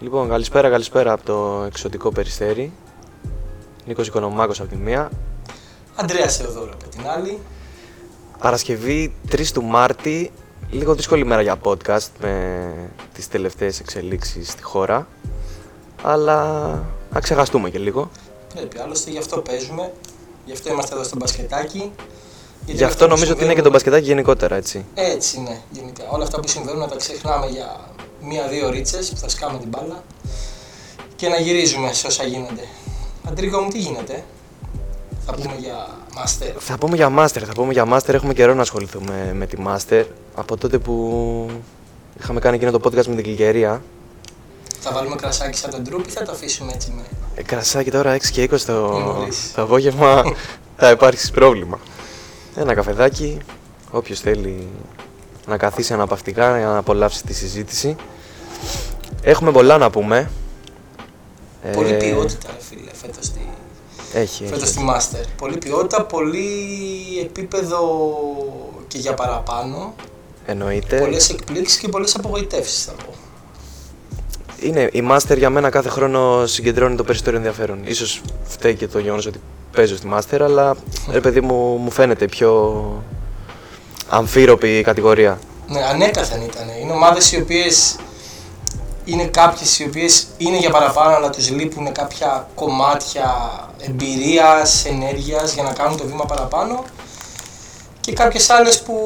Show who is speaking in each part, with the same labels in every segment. Speaker 1: Λοιπόν, καλησπέρα, καλησπέρα από το εξωτικό περιστέρι. Νίκος Οικονομάκος από τη μία.
Speaker 2: Αντρέα Θεοδόρο από την άλλη.
Speaker 1: Παρασκευή 3 του Μάρτη, λίγο δύσκολη μέρα για podcast με τις τελευταίες εξελίξεις στη χώρα. Αλλά να ξεχαστούμε και λίγο.
Speaker 2: Πρέπει, άλλωστε γι' αυτό παίζουμε. Γι' αυτό είμαστε εδώ στο μπασκετάκι. Γιατί
Speaker 1: Γι'
Speaker 2: αυτά
Speaker 1: αυτό
Speaker 2: που
Speaker 1: νομίζω ότι είναι και το
Speaker 2: συμβαίνουν-
Speaker 1: μπασκετάκι γενικότερα, έτσι.
Speaker 2: Έτσι είναι γενικά. Όλα αυτά που συμβαίνουν να τα ξεχνάμε για μία-δύο ρίτσες που θα σκάμε την μπάλα και να γυρίζουμε σε όσα γίνονται. Αντρίκο μου, τι γίνεται. Θα πούμε για μάστερ.
Speaker 1: Θα πούμε για Master, θα πούμε για Master. Έχουμε καιρό να ασχοληθούμε με τη Master. Από τότε που είχαμε κάνει εκείνο το podcast με την Κλικερία.
Speaker 2: Θα βάλουμε κρασάκι σαν τον τρούπι ή θα το αφήσουμε έτσι με.
Speaker 1: Ε, Κρασάκι τώρα 6 και 20 το,
Speaker 2: Είναι νωρίς.
Speaker 1: το απόγευμα θα υπάρξει πρόβλημα. Ένα καφεδάκι, όποιος θέλει να καθίσει αναπαυτικά να απολαύσει τη συζήτηση. Έχουμε πολλά να πούμε. Ε,
Speaker 2: Πολύ ποιότητα, ρε φίλε, φέτος στη,
Speaker 1: Έχει, έχει.
Speaker 2: φέτος στη μάστερ. Πολύ ποιότητα, πολύ επίπεδο και για παραπάνω.
Speaker 1: Εννοείται.
Speaker 2: Πολλές εκπλήξεις και πολλές απογοητεύσεις θα πω.
Speaker 1: Είναι, η Master για μένα κάθε χρόνο συγκεντρώνει το περισσότερο ενδιαφέρον. Ίσως φταίει και το γεγονός ότι παίζω στη Master, αλλά ρε παιδί μου, μου φαίνεται πιο αμφίροπη η κατηγορία.
Speaker 2: Ναι, ανέκαθεν ήταν. Είναι ομάδες οι οποίες είναι κάποιες οι οποίες είναι για παραπάνω, αλλά τους λείπουν κάποια κομμάτια εμπειρίας, ενέργειας για να κάνουν το βήμα παραπάνω. Και κάποιες άλλες που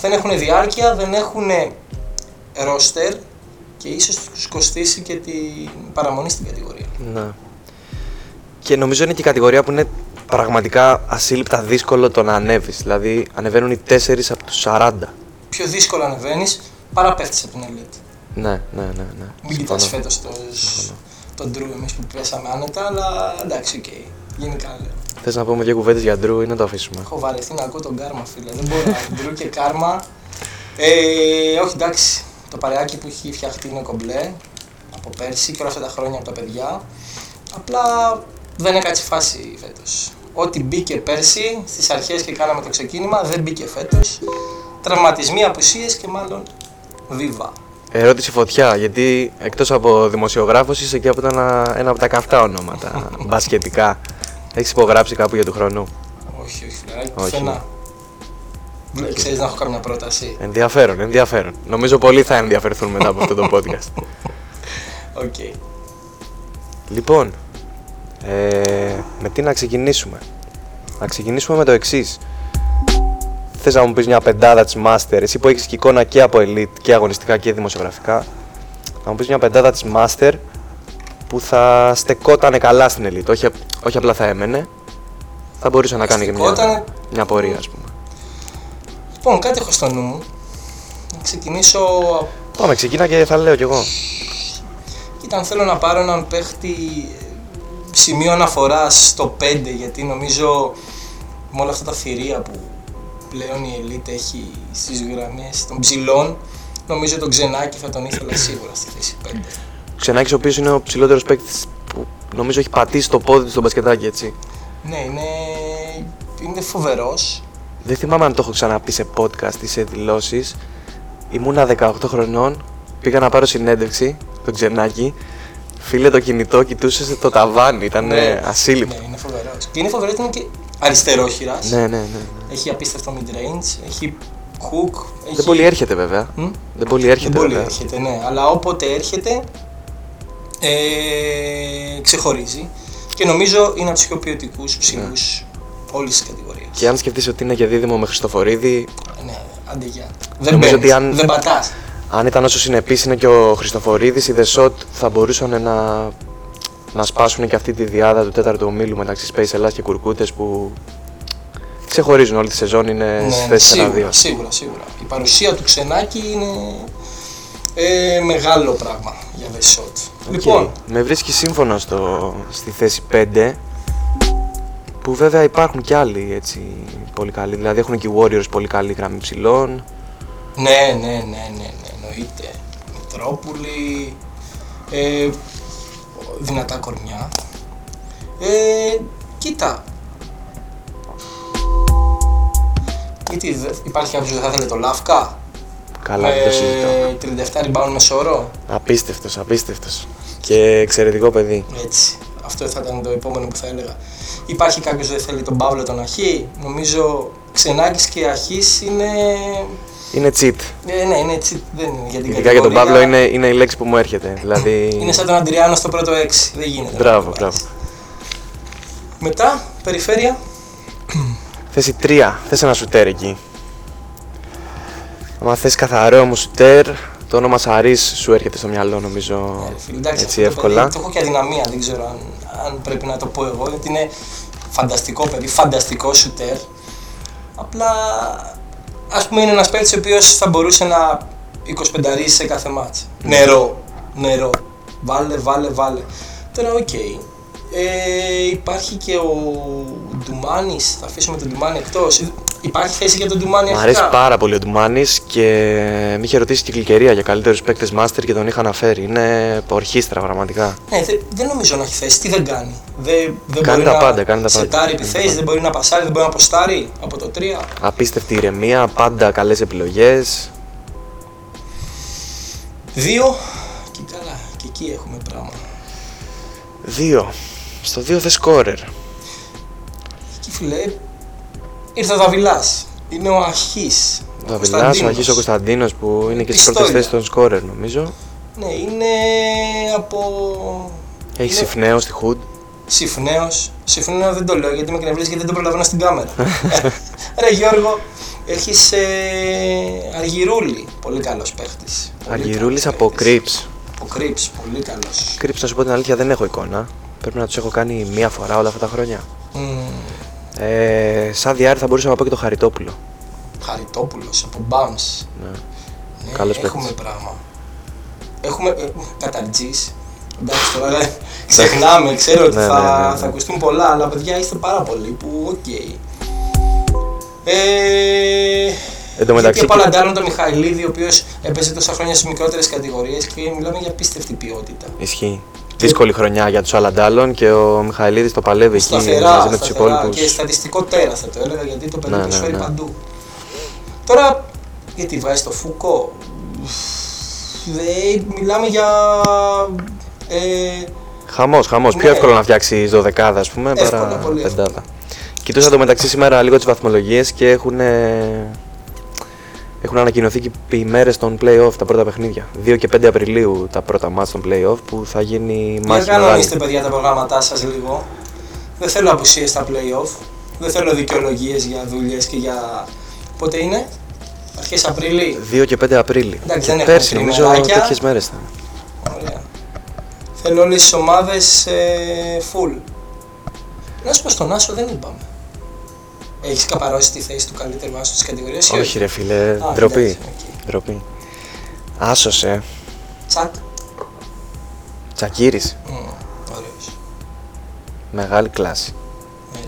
Speaker 2: δεν έχουν διάρκεια, δεν έχουν ρόστερ και ίσως τους κοστίσει και την παραμονή στην κατηγορία.
Speaker 1: Ναι. Και νομίζω είναι και η κατηγορία που είναι πραγματικά ασύλληπτα δύσκολο το να ανέβεις. Δηλαδή, ανεβαίνουν οι 4 από τους 40.
Speaker 2: Πιο δύσκολα ανεβαίνεις παρά πέφτεις από την ελίτ.
Speaker 1: Ναι, ναι, ναι. ναι.
Speaker 2: Μην
Speaker 1: Συμφωνώ.
Speaker 2: κοιτάς φέτος το, τον Drew εμείς που πέσαμε άνετα, αλλά εντάξει, οκ. Γενικά λέω.
Speaker 1: Θες να πούμε δύο κουβέντες για Drew ή να το αφήσουμε.
Speaker 2: Έχω βαρεθεί να ακούω τον Κάρμα, φίλε. Δεν μπορώ. Drew και Κάρμα. Ε, όχι, εντάξει. Το παρεάκι που έχει φτιαχτεί είναι κομπλέ από πέρσι και όλα αυτά τα χρόνια από τα παιδιά. Απλά δεν έκατσε φάση φέτος. Ό,τι μπήκε πέρσι στις αρχές και κάναμε το ξεκίνημα δεν μπήκε φέτος. Τραυματισμοί, απουσίες και μάλλον βίβα.
Speaker 1: Ερώτηση φωτιά, γιατί εκτός από δημοσιογράφος είσαι και από τα, ένα από τα καυτά ονόματα μπασκετικά. Έχεις υπογράψει κάπου για του χρόνου.
Speaker 2: Όχι, όχι, φιλαράκι,
Speaker 1: Όχι.
Speaker 2: πουθενά. Δεν Ξέρεις να έχω καμιά πρόταση.
Speaker 1: Ενδιαφέρον, ενδιαφέρον. Νομίζω πολλοί θα ενδιαφερθούν μετά από αυτό το podcast.
Speaker 2: Οκ.
Speaker 1: λοιπόν, ε, με τι να ξεκινήσουμε. Να ξεκινήσουμε με το εξής. Θες να μου πεις μια πεντάδα της Master, εσύ που έχεις και εικόνα και από Elite και αγωνιστικά και δημοσιογραφικά, να μου πεις μια πεντάδα της Master που θα στεκότανε καλά στην Elite, όχι, όχι απλά θα έμενε, θα μπορούσε να κάνει και μια,
Speaker 2: Στεκότανε.
Speaker 1: μια πορεία ας πούμε.
Speaker 2: Λοιπόν, κάτι έχω στο νου μου. Να ξεκινήσω.
Speaker 1: Πάμε, ξεκίνα και θα λέω κι εγώ.
Speaker 2: Ήταν θέλω να πάρω έναν παίχτη ε, σημείο αναφοράς στο 5 γιατί νομίζω με όλα αυτά τα θηρία που πλέον η ελίτ έχει στις γραμμές των ψηλών νομίζω τον Ξενάκη θα τον ήθελα σίγουρα στη θέση 5.
Speaker 1: Ξενάκης ο οποίος είναι ο ψηλότερος παίκτης που νομίζω έχει πατήσει το πόδι του στο μπασκετάκι έτσι.
Speaker 2: Ναι, είναι, είναι φοβερός.
Speaker 1: Δεν θυμάμαι αν το έχω ξαναπεί σε podcast ή σε δηλώσεις. Ήμουνα 18 χρονών, πήγα να πάρω συνέντευξη, τον ξενάκι. Φίλε το κινητό, κοιτούσες σε το ταβάνι, ήταν
Speaker 2: Ναι.
Speaker 1: ασύλληπτο.
Speaker 2: Ναι, είναι φοβερός. Και είναι φοβερός ότι είναι και αριστερόχειρας.
Speaker 1: Ναι, ναι, ναι. ναι.
Speaker 2: Έχει απίστευτο mid-range, έχει hook. Έχει...
Speaker 1: Δεν πολύ έρχεται βέβαια.
Speaker 2: Μ?
Speaker 1: Δεν πολύ έρχεται
Speaker 2: Δεν πολύ
Speaker 1: βέβαια.
Speaker 2: έρχεται, ναι. Αλλά όποτε έρχεται, ε, ξεχωρίζει. Και νομίζω είναι από τους πιο ποιοτικούς ψηλούς όλης της κατηγορίας.
Speaker 1: Ναι. Και αν σκεφτείς ότι είναι και δίδυμο με Χριστοφορίδη,
Speaker 2: Ναι, άντε για. Δεν
Speaker 1: Νομίζω
Speaker 2: μπαίνεις,
Speaker 1: ότι αν-
Speaker 2: δεν πατάς.
Speaker 1: αν ήταν όσο συνεπής είναι και ο Χριστοφορίδης, οι Δεσότ θα μπορούσαν να, να σπάσουν και αυτή τη διάδα του τέταρτου ομίλου μεταξύ Space Ελλάς και Κουρκούτες που ξεχωρίζουν όλη τη σεζόν, είναι ναι, στις θέσεις 1-2.
Speaker 2: σίγουρα, σίγουρα, σίγουρα. Η παρουσία του ξενάκι είναι ε, μεγάλο πράγμα για the shot.
Speaker 1: Οκ.
Speaker 2: Λοιπόν,
Speaker 1: Με βρίσκει σύμφωνο στο, στη θέση 5. Που βέβαια υπάρχουν και άλλοι έτσι πολύ καλοί. Δηλαδή έχουν και οι Warriors πολύ καλή γραμμή ψηλών.
Speaker 2: Ναι, ναι, ναι, ναι, ναι εννοείται. Μητρόπουλη, ε, δυνατά κορμιά. Ε, κοίτα. Γιατί δε- υπάρχει κάποιος που θα θέλει το Λαύκα.
Speaker 1: Καλά, δεν το συζητώ.
Speaker 2: με 37 Ε, rebound μεσόωρο.
Speaker 1: Απίστευτος, απίστευτος. Και εξαιρετικό παιδί.
Speaker 2: Έτσι. Αυτό θα ήταν το επόμενο που θα έλεγα. Υπάρχει κάποιος που δεν θέλει τον Παύλο τον Αχή. Νομίζω Ξενάκης και Αχής είναι.
Speaker 1: Είναι cheat.
Speaker 2: Ε, ναι, είναι έτσι. Δεν είναι για την
Speaker 1: Ειδικά για τον
Speaker 2: κατηγορία.
Speaker 1: Παύλο είναι, είναι η λέξη που μου έρχεται. Δηλαδή.
Speaker 2: Είναι σαν τον Αντριάνο στο πρώτο 6. Δεν γίνεται.
Speaker 1: Μπράβο,
Speaker 2: να το
Speaker 1: μπράβο.
Speaker 2: πάρεις. Μετά, περιφέρεια.
Speaker 1: Θέση 3. Θες ένα σουτέρ εκεί. Άμα θες καθαρό μου σουτέρ, το όνομα Σαρής σου έρχεται στο μυαλό νομίζω.
Speaker 2: Ε, φίλε, εντάξει,
Speaker 1: έτσι
Speaker 2: αυτό το
Speaker 1: εύκολα.
Speaker 2: παιδί, Το έχω και αδυναμία, δεν ξέρω αν, αν πρέπει να το πω εγώ, γιατί είναι φανταστικό παιδί, φανταστικό σουτέρ. Απλά, ας πούμε, είναι ένας παίκτης ο οποίος θα μπορούσε να 25 σε κάθε μάτς.
Speaker 1: Ναι.
Speaker 2: Νερό, νερό. Βάλε, βάλε, βάλε. Τώρα, οκ. Ε, υπάρχει και ο Ντουμάνης, θα αφήσουμε τον Ντουμάνη εκτός. Ε, Υπάρχει θέση για τον Ντουμάνη
Speaker 1: Μ'
Speaker 2: αρχικά.
Speaker 1: αρέσει πάρα πολύ ο Ντουμάνη και με είχε ρωτήσει και η Γλυκερία για καλύτερους παίκτες Master και τον είχα αναφέρει. Είναι ορχήστρα πραγματικά.
Speaker 2: Ναι, δε- δεν νομίζω να έχει θέση. Τι δεν κάνει. Δεν, δεν
Speaker 1: Κάνει
Speaker 2: μπορεί
Speaker 1: τα
Speaker 2: να
Speaker 1: πάντα, κάνει τα πάντα.
Speaker 2: σετάρει
Speaker 1: Κάνει τα
Speaker 2: επιθέσει,
Speaker 1: πάντα.
Speaker 2: δεν μπορεί να πασάρει, δεν μπορεί να αποστάρει από το 3.
Speaker 1: Απίστευτη ηρεμία, πάντα καλές επιλογές.
Speaker 2: 2. Και καλά, και εκεί έχουμε πράγμα.
Speaker 1: 2. Στο 2 θες σκόρερ.
Speaker 2: Εκεί φιλέ, ήρθε ο Δαβιλά. Είναι ο Αχής.
Speaker 1: Ο Βιλάς, ο Αγής ο Κωνσταντίνος που είναι και στι πρώτε
Speaker 2: Πιστόλια.
Speaker 1: θέσει των σκόρερ νομίζω.
Speaker 2: Ναι, είναι από.
Speaker 1: Έχει
Speaker 2: είναι
Speaker 1: συφνέο στη Χουντ.
Speaker 2: Συμφωνέως. Συμφωνέω δεν το λέω γιατί με κνευρίζει γιατί δεν το προλαβαίνω στην κάμερα. Ρε Γιώργο, έχεις ε, Αργυρούλη. Πολύ καλός παίχτης.
Speaker 1: Αργυρούλη από Κρυψ.
Speaker 2: Ο Κρυψ, πολύ καλός.
Speaker 1: Κρυψ, να σου πω την αλήθεια, δεν έχω εικόνα. Πρέπει να τους έχω κάνει μία φορά όλα αυτά τα χρόνια. Ε, σαν διάρρη θα μπορούσα να πω και το Χαριτόπουλο.
Speaker 2: Χαριτόπουλος από Bounce.
Speaker 1: Ναι.
Speaker 2: Ναι,
Speaker 1: Καλός
Speaker 2: έχουμε
Speaker 1: παίκτης.
Speaker 2: πράγμα. Έχουμε ε, καταρτζής. Εντάξει τώρα, αλλά ξεχνάμε, ξέρω ότι
Speaker 1: Ναι,
Speaker 2: θα,
Speaker 1: ναι, ναι, ναι.
Speaker 2: θα ακουστούν πολλά, αλλά παιδιά είστε πάρα πολλοί που οκ. Ε,
Speaker 1: Εν τω μεταξύ
Speaker 2: Και
Speaker 1: και-
Speaker 2: παλαντάρουν τον Μιχαηλίδη, ο οποίος έπαιζε τόσα χρόνια στις μικρότερες κατηγορίες και μιλάμε για απίστευτη ποιότητα.
Speaker 1: Ισχύει. Δύσκολη χρονιά για τους Αλαντάλων και ο Μιχαηλίδης το παλεύει εκεί μαζί
Speaker 2: Σταθερά,
Speaker 1: με του
Speaker 2: σταθερά
Speaker 1: υπόλοιπους.
Speaker 2: και στατιστικό τέρα θα το έλεγα γιατί το παιδί
Speaker 1: Ναι, ναι,
Speaker 2: προσφέρει
Speaker 1: ναι.
Speaker 2: παντού. Τώρα, γιατί βάζει το Φούκο. Δε, μιλάμε για. Ε,
Speaker 1: Χαμός, χαμός.
Speaker 2: Ναι.
Speaker 1: Πιο εύκολο να φτιάξει 12 ας πούμε
Speaker 2: Εύκολα,
Speaker 1: παρά
Speaker 2: πολύ εύκολα.
Speaker 1: πεντάδα. Κοιτούσα το μεταξύ σήμερα λίγο τις βαθμολογίες και έχουν. ε, Έχουν ανακοινωθεί και οι μέρες των playoff, τα πρώτα παιχνίδια. 2 και 5 Απριλίου τα πρώτα μάτς των playoff που θα γίνει
Speaker 2: για
Speaker 1: μάχη μεγάλη.
Speaker 2: κανονίστε, παιδιά, τα προγράμματά σας λίγο. Δεν θέλω απουσίες στα playoff. Δεν θέλω δικαιολογίες για δουλειές και για. Πότε είναι, αρχές Απριλίου.
Speaker 1: 2 και 5 Απρίλη. και
Speaker 2: Εντάξει, δεν έχουμε
Speaker 1: πέρσι νομίζω
Speaker 2: τριμεράκια.
Speaker 1: τέτοιες μέρες ήταν.
Speaker 2: Ωραία. Θέλω όλες τις ομάδες ε, full. Να σου πω στον Άσο δεν είπαμε. Έχεις καπαρώσει τη θέση του καλύτερου Άσο της κατηγορίας ή
Speaker 1: Όχι, ρε φίλε,
Speaker 2: Α,
Speaker 1: ντροπή.
Speaker 2: εντάξει, οκ.
Speaker 1: ντροπή. Άσωσε.
Speaker 2: Τσακ.
Speaker 1: Τσακίρης.
Speaker 2: Ωραίος.
Speaker 1: Μεγάλη κλάση.
Speaker 2: Ναι,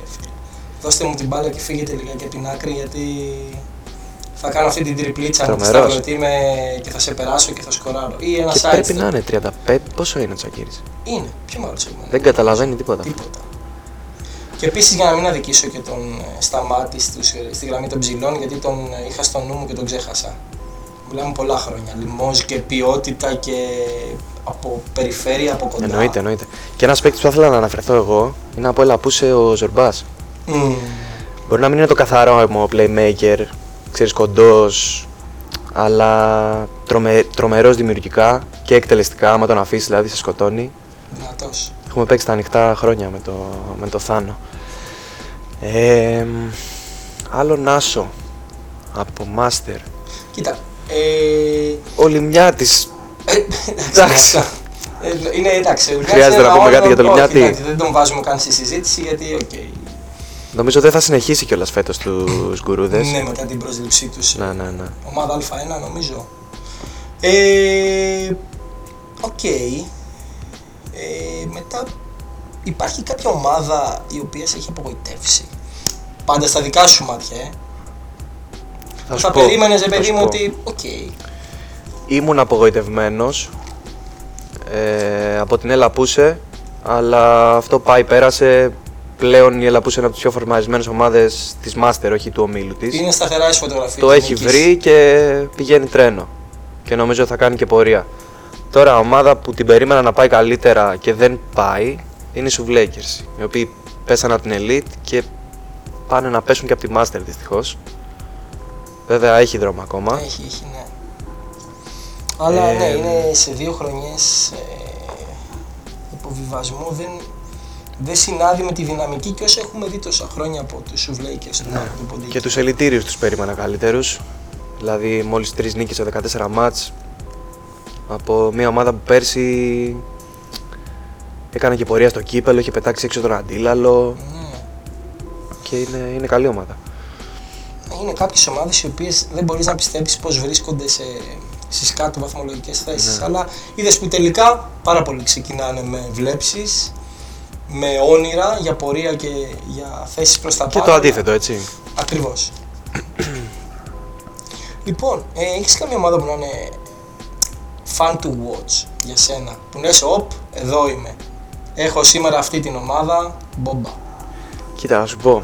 Speaker 2: Δώστε μου την μπάλα και φύγετε λιγάκι από την άκρη γιατί θα κάνω αυτή την τριπλίτσα με τη
Speaker 1: Τρομερός.
Speaker 2: σταυρωτή με- και θα σε περάσω και θα σκοράρω. Ή ένα
Speaker 1: Και
Speaker 2: side
Speaker 1: πρέπει
Speaker 2: step.
Speaker 1: να είναι 35. Πόσο είναι ο Τσακίρης.
Speaker 2: Είναι. Ποιο μάλλον σε
Speaker 1: Δεν καταλαβαίνει τίποτα.
Speaker 2: Τίποτα. Και επίσης για να μην αδικήσω και τον ε, Σταμάτη στους, ε, στη γραμμή των ψηλών, γιατί τον ε, είχα στο νου μου και τον ξέχασα. Μιλάμε πολλά χρόνια. Λιμόζ και ποιότητα και από περιφέρεια, από κοντά.
Speaker 1: Εννοείται, εννοείται. Και ένας παίκτης που θα ήθελα να αναφερθώ εγώ είναι από ελαπούσε ο Ζορμπάς. ναι.
Speaker 2: Μμμ.
Speaker 1: Μπορεί να μην είναι το καθαρό μου playmaker, ξέρεις κοντός, αλλά τρομε, τρομερός δημιουργικά και εκτελεστικά. Άμα τον αφήσεις, δηλαδή σε σκοτώνει.
Speaker 2: Δυνατός.
Speaker 1: Έχουμε παίξει τα ανοιχτά χρόνια με το, με το Θάνο. Ε, μ, άλλο Νάσο από Μάστερ.
Speaker 2: Κοίτα. Ε,
Speaker 1: Ο Λιμιάτης Εντάξει.
Speaker 2: εντάξει. Ε, Είναι εντάξει. ο Λιμιάτης
Speaker 1: Χρειάζεται
Speaker 2: είναι
Speaker 1: να πούμε
Speaker 2: ένα
Speaker 1: κάτι για τον
Speaker 2: όνομα,
Speaker 1: Λιμιάτη.
Speaker 2: όχι, εντάξει, Δεν τον βάζουμε καν στη συζήτηση γιατί, οκ.
Speaker 1: Νομίζω δεν θα συνεχίσει κιόλας φέτος τους γκουρούδες.
Speaker 2: Ναι, μετά την πρόσληψή ε, του.
Speaker 1: Ναι, ναι, ναι.
Speaker 2: ομάδα Α1 νομίζω. Ε, Οκ. Ε, μετά υπάρχει κάποια ομάδα η οποία σε έχει απογοητεύσει. Πάντα στα δικά σου μάτια, ε.
Speaker 1: Θα
Speaker 2: Θα
Speaker 1: σου πω.
Speaker 2: περίμενες, ρε
Speaker 1: θα
Speaker 2: παιδί
Speaker 1: σου
Speaker 2: μου,
Speaker 1: πω.
Speaker 2: ότι. Οκ.
Speaker 1: Ήμουν απογοητευμένος ε, από την Έλα Πούσε, αλλά αυτό πάει, πέρασε. πλέον η Ελαπούς είναι από τις πιο φορμαρισμένες ομάδες της Master, όχι του ομίλου της.
Speaker 2: Είναι σταθερά η φωτογραφία.
Speaker 1: Το έχει βρει και πηγαίνει τρένο. Και νομίζω θα κάνει και πορεία. Τώρα, ομάδα που την περίμενα να πάει καλύτερα και δεν πάει είναι οι Σουβλέκερς. Οι οποίοι πέσανε από την Elite και πάνε να πέσουν και από τη Master δυστυχώς. Βέβαια, έχει δρόμο ακόμα.
Speaker 2: Έχει, έχει, ναι. Αλλά
Speaker 1: Ε,
Speaker 2: ναι, είναι σε δύο χρονιές ε, υποβιβασμού. Δεν, δεν συνάδει με τη δυναμική και όσα έχουμε δει τόσα χρόνια από τους σουβλέικες του Νότου Ποντίκη.
Speaker 1: Ναι. Και τους ελιτήριους τους περίμενα καλύτερους. Δηλαδή μόλις τρεις νίκες σε 14 μάτς από μια ομάδα που πέρσι έκανε και πορεία στο κύπελο, είχε πετάξει έξω τον αντίλαλο
Speaker 2: Ναι.
Speaker 1: και είναι, είναι καλή ομάδα.
Speaker 2: Είναι κάποιες ομάδες οι οποίες δεν μπορείς να πιστέψεις πως βρίσκονται σε, στις κάτω βαθμολογικές
Speaker 1: Ναι.
Speaker 2: θέσεις. Αλλά είδες που τελικά πάρα πολλοί ξεκινάνε με βλέψεις, με όνειρα για πορεία και για θέσεις προς τα
Speaker 1: Και
Speaker 2: πάνω.
Speaker 1: το αντίθετο έτσι.
Speaker 2: Ακριβώς. λοιπόν, ε, έχεις καμία ομάδα που να είναι fan to watch για σένα. Που να είσαι, οπ, εδώ είμαι. Έχω σήμερα αυτή την ομάδα, μπόμπα.
Speaker 1: Κοίτα, να σου πω.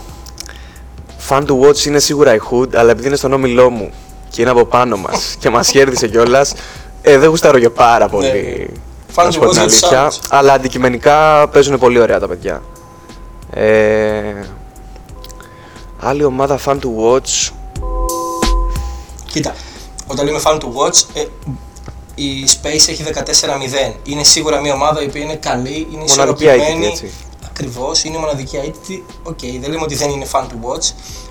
Speaker 1: Fan to watch είναι σίγουρα η Hood, αλλά επειδή είναι στον όμιλό μου και είναι από πάνω μας και μας κέρδισε κιόλας, ε, δεν γουστάρω και πάρα πολύ.
Speaker 2: Fan
Speaker 1: να σου
Speaker 2: to
Speaker 1: πω
Speaker 2: watch
Speaker 1: την
Speaker 2: για τους
Speaker 1: αλήθεια.
Speaker 2: άλλους.
Speaker 1: Αλλά αντικειμενικά παίζουν πολύ ωραία τα παιδιά. Ε, άλλη ομάδα fan to watch.
Speaker 2: Κοίτα, όταν λέμε fan to watch, ε, η Space έχει 14-0. Είναι σίγουρα μια ομάδα η οποία είναι καλή, είναι
Speaker 1: Μοναδική
Speaker 2: ισορροπημένη.
Speaker 1: identity, έτσι.
Speaker 2: Ακριβώς, είναι μοναδική identity. Οκ, δεν λέμε ότι δεν είναι fan to watch,